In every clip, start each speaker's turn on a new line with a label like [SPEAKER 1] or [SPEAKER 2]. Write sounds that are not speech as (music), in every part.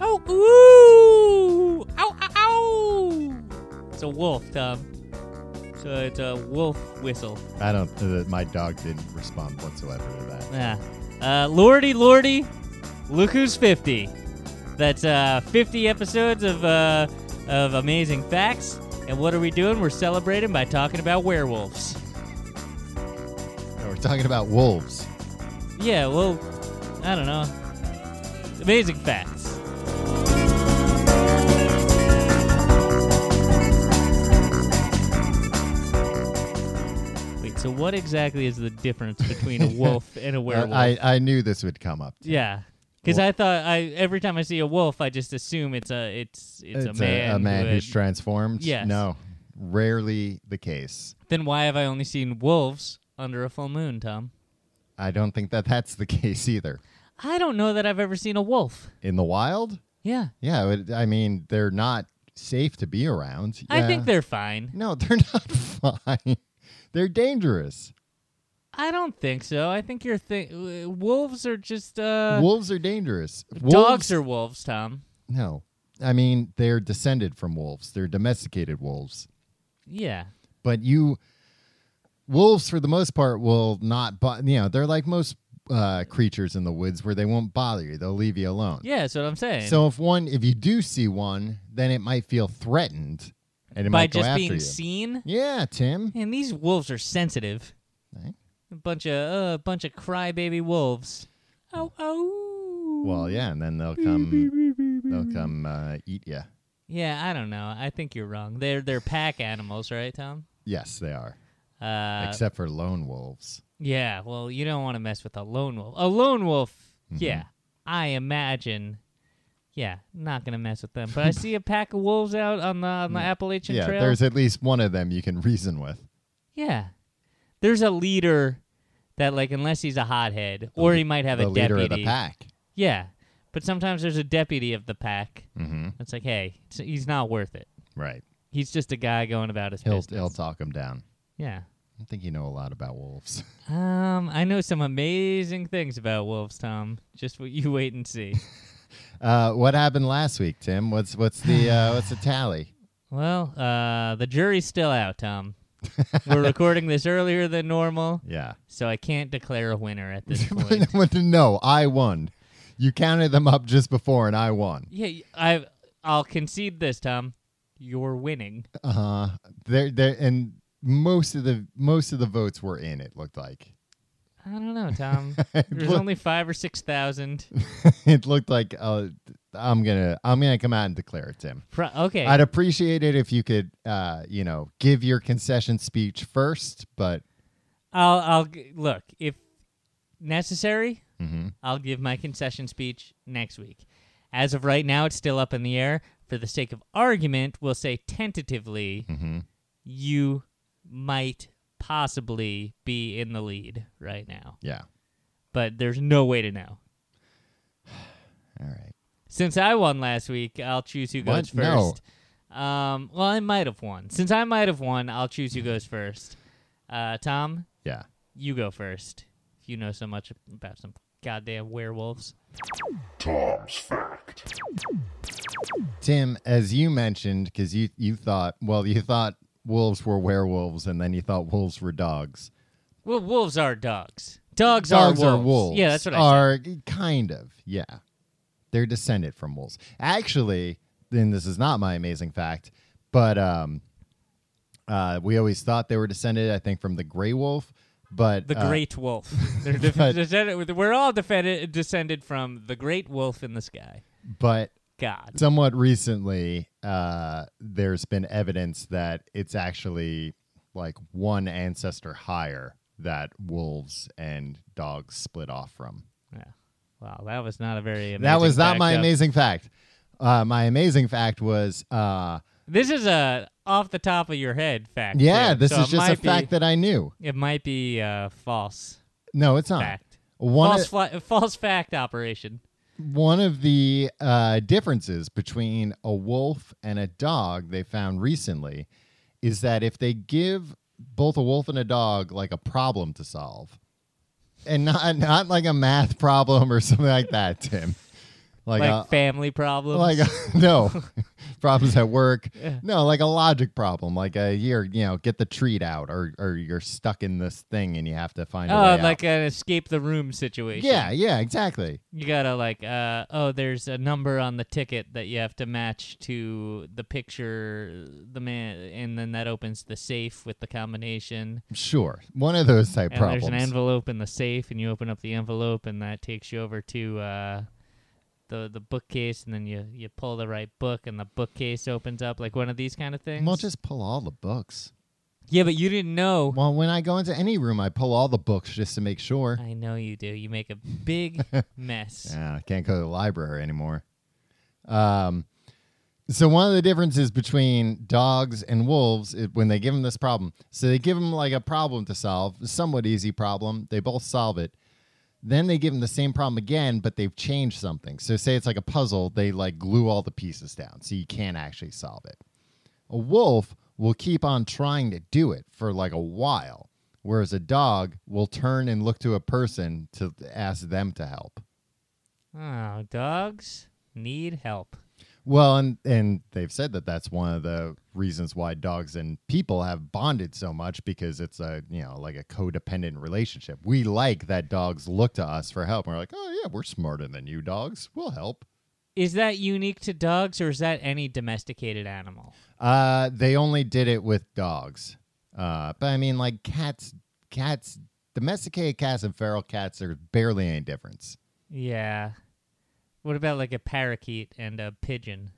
[SPEAKER 1] Oh, ooh! Ow, ow, ow! It's a wolf, Tom. So it's a wolf whistle.
[SPEAKER 2] I don't. Uh, my dog didn't respond whatsoever to that.
[SPEAKER 1] Yeah. Uh, lordy, lordy, look who's 50. That's uh, 50 episodes of, uh, of Amazing Facts. And what are we doing? We're celebrating by talking about werewolves.
[SPEAKER 2] No, we're talking about wolves.
[SPEAKER 1] Yeah, well, I don't know. Amazing Facts. Wait, so what exactly is the difference between a
[SPEAKER 2] (laughs)
[SPEAKER 1] wolf and a werewolf?
[SPEAKER 2] I, I knew this would come up.
[SPEAKER 1] Yeah, because
[SPEAKER 2] Well-
[SPEAKER 1] I thought I every time I see a wolf, I just assume it's a it's it's, a man. who
[SPEAKER 2] who's
[SPEAKER 1] had-
[SPEAKER 2] transformed.
[SPEAKER 1] Yes.
[SPEAKER 2] No, rarely the case.
[SPEAKER 1] then why have I only seen wolves under a full moon, Tom?
[SPEAKER 2] I don't think that that's the (laughs) case either.
[SPEAKER 1] I don't know that I've ever seen a wolf.
[SPEAKER 2] In the wild,
[SPEAKER 1] Yeah,
[SPEAKER 2] yeah. I would- I mean, they're not safe to be around.
[SPEAKER 1] I think
[SPEAKER 2] Yeah.
[SPEAKER 1] they're fine.
[SPEAKER 2] No, (laughs) they're not fine. they're dangerous.
[SPEAKER 1] I don't think so. I think you're think uh, wolves are just uh
[SPEAKER 2] wolves are dangerous.
[SPEAKER 1] dogs
[SPEAKER 2] Wolves-
[SPEAKER 1] are wolves, Tom.
[SPEAKER 2] no. I mean, they're descended from wolves. They're domesticated wolves.
[SPEAKER 1] Yeah,
[SPEAKER 2] but you wolves for the most part will not bo- you know they're like most uh, creatures in the woods where they won't bother you they'll leave you alone
[SPEAKER 1] yeah, that's what I'm saying.
[SPEAKER 2] so if one if you do see one then it might feel threatened and it
[SPEAKER 1] by
[SPEAKER 2] might go
[SPEAKER 1] just
[SPEAKER 2] after
[SPEAKER 1] being
[SPEAKER 2] you
[SPEAKER 1] seen,
[SPEAKER 2] yeah tim
[SPEAKER 1] and these wolves are sensitive.
[SPEAKER 2] Right.
[SPEAKER 1] A bunch of uh, bunch of crybaby wolves. Oh oh.
[SPEAKER 2] well yeah and then they'll come they'll come uh, eat you
[SPEAKER 1] Yeah, I don't know. I think you're wrong. They're they're pack animals, right, Tom?
[SPEAKER 2] yes they are
[SPEAKER 1] Uh,
[SPEAKER 2] except for lone wolves
[SPEAKER 1] yeah. Well, you don't want to mess with a lone wolf. A lone wolf.
[SPEAKER 2] Mm-hmm.
[SPEAKER 1] Yeah, I imagine. Yeah, not gonna mess with them. But I see a pack of wolves out on the on the Appalachian
[SPEAKER 2] Mm. yeah
[SPEAKER 1] Trail.
[SPEAKER 2] there's at least one of them you can (laughs) reason with
[SPEAKER 1] yeah, there's a leader that like unless he's a hothead or he might have
[SPEAKER 2] the
[SPEAKER 1] a
[SPEAKER 2] leader
[SPEAKER 1] deputy.
[SPEAKER 2] of the pack
[SPEAKER 1] Yeah, but sometimes there's a deputy of the pack.
[SPEAKER 2] mm-hmm.
[SPEAKER 1] It's like, hey, it's, he's not worth it.
[SPEAKER 2] right
[SPEAKER 1] He's just a guy going about his
[SPEAKER 2] he'll,
[SPEAKER 1] business.
[SPEAKER 2] he'll talk them down
[SPEAKER 1] yeah.
[SPEAKER 2] i think you know a lot about wolves
[SPEAKER 1] Um, I know some amazing things about wolves, Tom. Just what you wait and see.
[SPEAKER 2] Uh, what happened last week, Tim? What's what's the uh, what's the tally?
[SPEAKER 1] well, uh, the jury's still out, Tom. We're recording this earlier than normal,
[SPEAKER 2] (laughs) Yeah.
[SPEAKER 1] so I can't declare a winner at
[SPEAKER 2] (laughs)
[SPEAKER 1] this point.
[SPEAKER 2] no, I won. You counted them up just before, and I won.
[SPEAKER 1] yeah, y- I I'll concede this, Tom. You're winning.
[SPEAKER 2] Uh, there, there, and most of the most of the votes were in. It looked like (laughs)
[SPEAKER 1] I don't know, Tom. There's
[SPEAKER 2] Look.
[SPEAKER 1] only five or six thousand.
[SPEAKER 2] it looked like uh, I'm gonna I'm gonna come out and declare it, Tim.
[SPEAKER 1] Pro- okay,
[SPEAKER 2] I'd appreciate it if you could, uh, you know, give your concession speech first, but
[SPEAKER 1] I'll I'll g- look if necessary.
[SPEAKER 2] Mhm.
[SPEAKER 1] I'll give my concession speech next week. As of right now, it's still up in the air. For the sake of argument, we'll say tentatively you might possibly be in the lead right now,
[SPEAKER 2] yeah,
[SPEAKER 1] but there's no way to know.
[SPEAKER 2] all right.
[SPEAKER 1] Since I won last week, I'll choose who
[SPEAKER 2] What?
[SPEAKER 1] goes first. Um, well, I might have won. Since I might have won, I'll choose who goes first. Uh, Tom,
[SPEAKER 2] Yeah,
[SPEAKER 1] you go first. If you know so much about some goddamn werewolves.
[SPEAKER 3] Tom's Fact.
[SPEAKER 2] Tim, as you mentioned, because you you thought well, you thought wolves were werewolves, and then you thought wolves were dogs.
[SPEAKER 1] Well, wolves are dogs. Dogs,
[SPEAKER 2] Dogs
[SPEAKER 1] are,
[SPEAKER 2] are
[SPEAKER 1] wolves.
[SPEAKER 2] wolves.
[SPEAKER 1] Yeah, that's what I said.
[SPEAKER 2] are kind of yeah. They're descended from wolves. Actually, then this is not my amazing fact, but um, uh, we always thought they were descended. I think from the gray wolf, but
[SPEAKER 1] The
[SPEAKER 2] uh,
[SPEAKER 1] great
[SPEAKER 2] (laughs)
[SPEAKER 1] wolf. They're def-
[SPEAKER 2] but-
[SPEAKER 1] descended- we're all defended, descended from the great wolf in the sky.
[SPEAKER 2] but
[SPEAKER 1] God.
[SPEAKER 2] somewhat recently, uh, there's been evidence that it's actually like one ancestor higher that wolves and dogs split off from.
[SPEAKER 1] Yeah. Wow, that was not a very amazing
[SPEAKER 2] that was not
[SPEAKER 1] fact,
[SPEAKER 2] my
[SPEAKER 1] though.
[SPEAKER 2] amazing fact. Uh, my amazing fact was, uh,
[SPEAKER 1] This is a off the top of your head fact.
[SPEAKER 2] yeah,
[SPEAKER 1] too.
[SPEAKER 2] this
[SPEAKER 1] So
[SPEAKER 2] is
[SPEAKER 1] it
[SPEAKER 2] just a
[SPEAKER 1] might be-
[SPEAKER 2] fact that I knew.
[SPEAKER 1] it might be uh, false
[SPEAKER 2] No, it's not.
[SPEAKER 1] fact.
[SPEAKER 2] One
[SPEAKER 1] false,
[SPEAKER 2] of-
[SPEAKER 1] fla- false fact operation.
[SPEAKER 2] One of the uh, differences between a wolf and a dog they found recently is that if they give both a wolf and a dog like a problem to solve, and not not like a math problem or something like that, Tim, Like,
[SPEAKER 1] Like,
[SPEAKER 2] uh,
[SPEAKER 1] family problems.
[SPEAKER 2] like (laughs) no
[SPEAKER 1] (laughs)
[SPEAKER 2] problems at work
[SPEAKER 1] Yeah.
[SPEAKER 2] no like a logic problem like a you're you know get the treat out or or you're stuck in this thing and you have to find a way
[SPEAKER 1] oh,
[SPEAKER 2] out.
[SPEAKER 1] like an escape the room situation.
[SPEAKER 2] yeah yeah exactly
[SPEAKER 1] You gotta like, uh, oh, there's a number on the ticket that you have to match to the picture, the man, and then that opens the safe with the combination.
[SPEAKER 2] sure one of those type
[SPEAKER 1] And
[SPEAKER 2] problems
[SPEAKER 1] there's an envelope in the safe, and you open up the envelope, and that takes you over to uh, the the bookcase, and then you you pull the right book, and the bookcase opens up, like one of these kind of things.
[SPEAKER 2] Well, just pull all the books.
[SPEAKER 1] yeah, but you didn't know.
[SPEAKER 2] Well, when I go into any room, I pull all the books just to make sure.
[SPEAKER 1] I know you do. You
[SPEAKER 2] (laughs)
[SPEAKER 1] make a big mess.
[SPEAKER 2] Yeah, I can't go to the library anymore. Um, so one of the differences between dogs and wolves is when they give them this problem. So they give them like a problem to solve, a somewhat easy problem. They both solve it. Then they give them the same problem again, but they've changed something. So say it's like a puzzle, they like glue all the pieces down, so you can't actually solve it. A wolf will keep on trying to do it for like a while, whereas a dog will turn and look to a person to ask them to help.
[SPEAKER 1] Oh, dogs need help.
[SPEAKER 2] Well, and and they've said that that's one of the reasons why dogs and people have bonded so much because it's a you know like a codependent relationship. We like that dogs look to us for help. And we're like, oh yeah, we're smarter than you, dogs. We'll help.
[SPEAKER 1] Is that unique to dogs, or is that any domesticated animal?
[SPEAKER 2] Uh, they only did it with dogs, uh, but I mean like cats, cats, domesticated cats and feral cats. There's barely any difference.
[SPEAKER 1] Yeah. What about like a parakeet and a pigeon?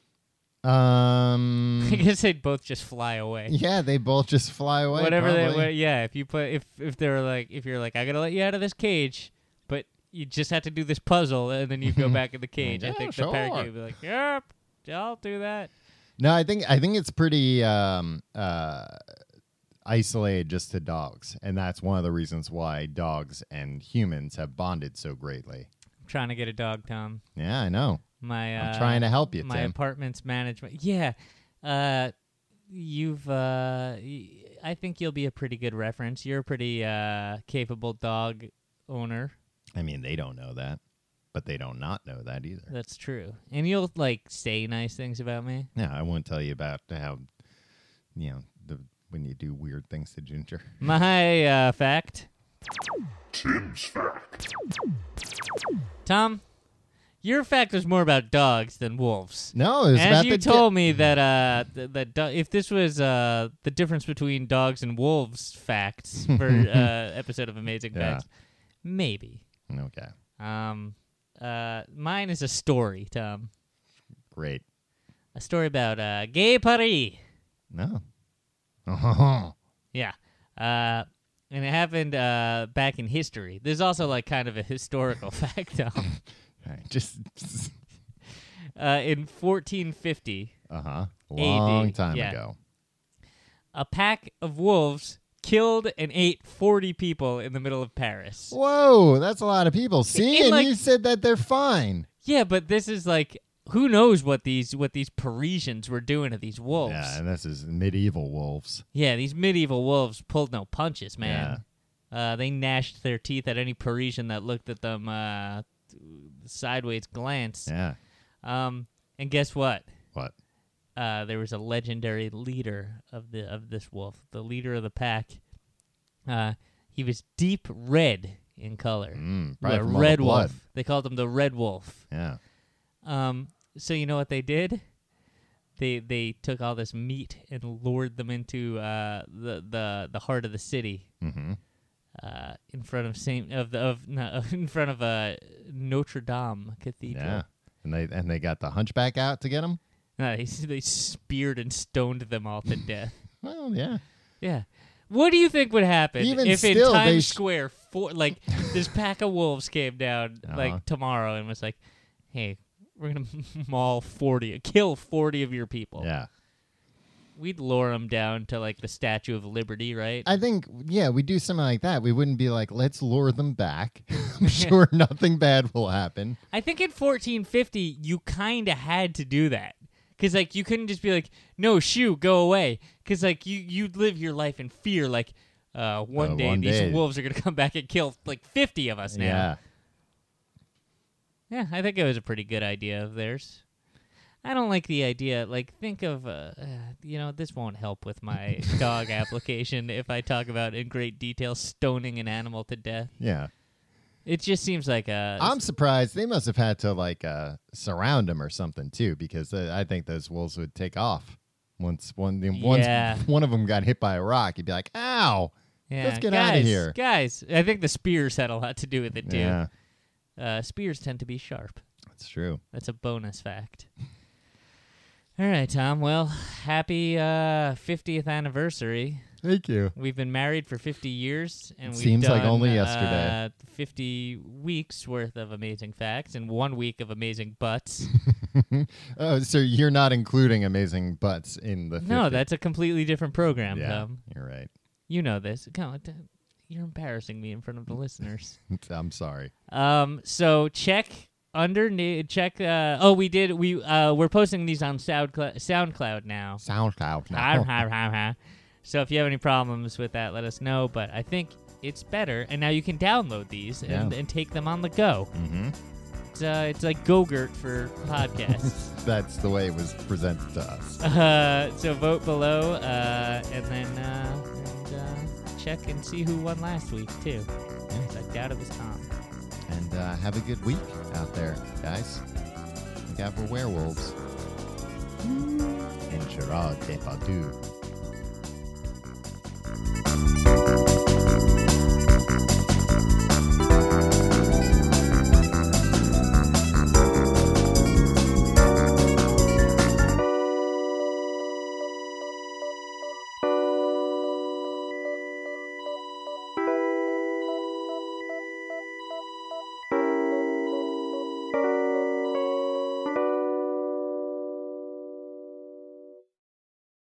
[SPEAKER 1] (laughs) I (laughs)
[SPEAKER 2] Um,
[SPEAKER 1] guess they'd both just fly away.
[SPEAKER 2] (laughs) yeah, they both just fly away.
[SPEAKER 1] whatever they
[SPEAKER 2] probably.
[SPEAKER 1] were, yeah if you put if if they were like if you're like i gotta let you out of this cage but you just have to do this puzzle and then
[SPEAKER 2] (laughs)
[SPEAKER 1] you go back in the cage i
[SPEAKER 2] Yeah,
[SPEAKER 1] think the parakeet
[SPEAKER 2] sure.
[SPEAKER 1] would be like yep i'll do that
[SPEAKER 2] No, I think I think it's pretty um, uh, isolated just to dogs, and that's one of the reasons why dogs and humans have bonded so greatly.
[SPEAKER 1] i'm trying to get a dog tom
[SPEAKER 2] Yeah, I know.
[SPEAKER 1] my uh,
[SPEAKER 2] I'm trying to help you,
[SPEAKER 1] my
[SPEAKER 2] Tim.
[SPEAKER 1] apartment's management yeah uh you've uh y- i think you'll be a pretty good reference you're a pretty uh capable dog owner
[SPEAKER 2] I mean, they don't know that, but they don't not know that either.
[SPEAKER 1] that's true and you'll like say nice things about me
[SPEAKER 2] No, I won't tell you about how you know the when you do weird things to Ginger.
[SPEAKER 1] my uh fact
[SPEAKER 3] Tim's fact.
[SPEAKER 1] Tom, your fact was more about dogs than wolves.
[SPEAKER 2] No, it was
[SPEAKER 1] As
[SPEAKER 2] about
[SPEAKER 1] you
[SPEAKER 2] the
[SPEAKER 1] told me that uh, th- that do- if this was uh, the difference between dogs and wolves
[SPEAKER 2] (laughs)
[SPEAKER 1] facts for uh, episode of Amazing
[SPEAKER 2] Yeah.
[SPEAKER 1] Facts, maybe.
[SPEAKER 2] di- okay,
[SPEAKER 1] Um, uh, mine is a story, Tom.
[SPEAKER 2] great.
[SPEAKER 1] A story about uh, gay Paris. (laughs)
[SPEAKER 2] No. (laughs) Oh,
[SPEAKER 1] Yeah. Uh, and it happened uh, back in history. This is also like kind of a historical (laughs) fact, Tom.
[SPEAKER 2] just (laughs)
[SPEAKER 1] Uh, in 1450,
[SPEAKER 2] uh huh. Long time
[SPEAKER 1] yeah.
[SPEAKER 2] ago.
[SPEAKER 1] a pack of wolves killed and ate 40 people in the middle of Paris.
[SPEAKER 2] Whoa, that's a lot of people. See,
[SPEAKER 1] in,
[SPEAKER 2] and
[SPEAKER 1] like-
[SPEAKER 2] you said that they're fine.
[SPEAKER 1] Yeah, but this is like who knows what these what these Parisians were doing to these wolves.
[SPEAKER 2] Yeah,
[SPEAKER 1] Yeah,
[SPEAKER 2] and this is medieval wolves.
[SPEAKER 1] these medieval wolves pulled no punches, man. Uh, they gnashed their teeth at any Parisian that looked at them uh, sideways glance.
[SPEAKER 2] Yeah.
[SPEAKER 1] Um, and guess what?
[SPEAKER 2] What?
[SPEAKER 1] uh, there was a legendary leader of the of this wolf, the leader of the pack. Uh, he was deep red in color,
[SPEAKER 2] Mm,
[SPEAKER 1] a
[SPEAKER 2] probably from all the
[SPEAKER 1] red
[SPEAKER 2] blood.
[SPEAKER 1] wolf. They called him the red wolf.
[SPEAKER 2] Yeah.
[SPEAKER 1] Um, so you know what they did? They they took all this meat and lured them into uh, the the the heart of the city,
[SPEAKER 2] Mm-hmm.
[SPEAKER 1] uh, in front of Saint of the of no, (laughs) in front of uh, Notre Dame Cathedral.
[SPEAKER 2] Yeah. And they and they got the hunchback out to get him.
[SPEAKER 1] No, (laughs) they, they speared and stoned them all to death. (laughs)
[SPEAKER 2] Well, yeah.
[SPEAKER 1] Yeah. What do you think would happen
[SPEAKER 2] Even
[SPEAKER 1] if
[SPEAKER 2] still,
[SPEAKER 1] in
[SPEAKER 2] they
[SPEAKER 1] Times
[SPEAKER 2] sh-
[SPEAKER 1] Square, for, like this (laughs) pack of wolves came down
[SPEAKER 2] Uh-huh.
[SPEAKER 1] like tomorrow and was like, "Hey, we're gonna (laughs) maul forty, kill forty of your people."
[SPEAKER 2] Yeah.
[SPEAKER 1] We'd lure them down to like the Statue of Liberty, right?
[SPEAKER 2] I think yeah, we do something like that. We wouldn't be like, let's lure them back. (laughs) I'm sure nothing bad will happen.
[SPEAKER 1] I think in 1450 you kind of had to do that because like you couldn't just be like, "No, shoo, go away," because like you you'd live your life in fear, like. Uh, one
[SPEAKER 2] Uh,
[SPEAKER 1] day
[SPEAKER 2] one
[SPEAKER 1] these
[SPEAKER 2] day.
[SPEAKER 1] wolves are gonna come back and kill like fifty of us now.
[SPEAKER 2] Yeah.
[SPEAKER 1] Yeah, I think it was a pretty good idea of theirs. I don't like the idea. Like, think of, uh, uh, you know, this won't help with my
[SPEAKER 2] (laughs)
[SPEAKER 1] dog application if I talk about in great detail stoning an animal to death.
[SPEAKER 2] Yeah.
[SPEAKER 1] It just seems like a.
[SPEAKER 2] I'm surprised they must have had to like uh, surround him or something too, because uh, I think those wolves would take off once one once
[SPEAKER 1] Yeah.
[SPEAKER 2] (laughs) one of them got hit by a rock. He'd be like, "Ow!"
[SPEAKER 1] yeah,
[SPEAKER 2] let's get
[SPEAKER 1] guys,
[SPEAKER 2] outta here.
[SPEAKER 1] guys. I think the spears had a lot to do with it too.
[SPEAKER 2] Yeah,
[SPEAKER 1] Uh, spears tend to be sharp.
[SPEAKER 2] that's true.
[SPEAKER 1] That's a bonus fact. All right, Tom. Well, happy uh, 50th anniversary.
[SPEAKER 2] Thank you.
[SPEAKER 1] We've been married for 50 years, and
[SPEAKER 2] It
[SPEAKER 1] we've
[SPEAKER 2] seems like
[SPEAKER 1] done,
[SPEAKER 2] only yesterday.
[SPEAKER 1] Uh, 50 weeks worth of amazing facts and one week of amazing
[SPEAKER 2] (laughs)
[SPEAKER 1] butts.
[SPEAKER 2] Oh, so you're not including amazing butts in the 50.
[SPEAKER 1] no, that's a completely different program,
[SPEAKER 2] yeah.
[SPEAKER 1] Tom.
[SPEAKER 2] You're right. (laughs)
[SPEAKER 1] You know this. God, d- you're embarrassing me in front of the listeners.
[SPEAKER 2] I'm sorry.
[SPEAKER 1] Um, so check underneath. Check. Uh, oh, we did. We uh, we're posting these on SoundCloud, SoundCloud
[SPEAKER 2] (laughs)
[SPEAKER 1] now.
[SPEAKER 2] SoundCloud
[SPEAKER 1] Har,
[SPEAKER 2] now.
[SPEAKER 1] har, har, har. So if you have any problems with that, let us know. But I think it's better, and now you can download these and,
[SPEAKER 2] Yeah.
[SPEAKER 1] and take them on the go.
[SPEAKER 2] hmm
[SPEAKER 1] It's, uh, it's like Gogurt for podcasts. (laughs)
[SPEAKER 2] That's the way it was presented to us.
[SPEAKER 1] uh, so vote below, uh, and then uh, and, uh, check and see who won last week too. 'Cause I doubt it was Tom.
[SPEAKER 2] And uh, have a good week out there, guys. Look out for werewolves. And Gerard Depardieu.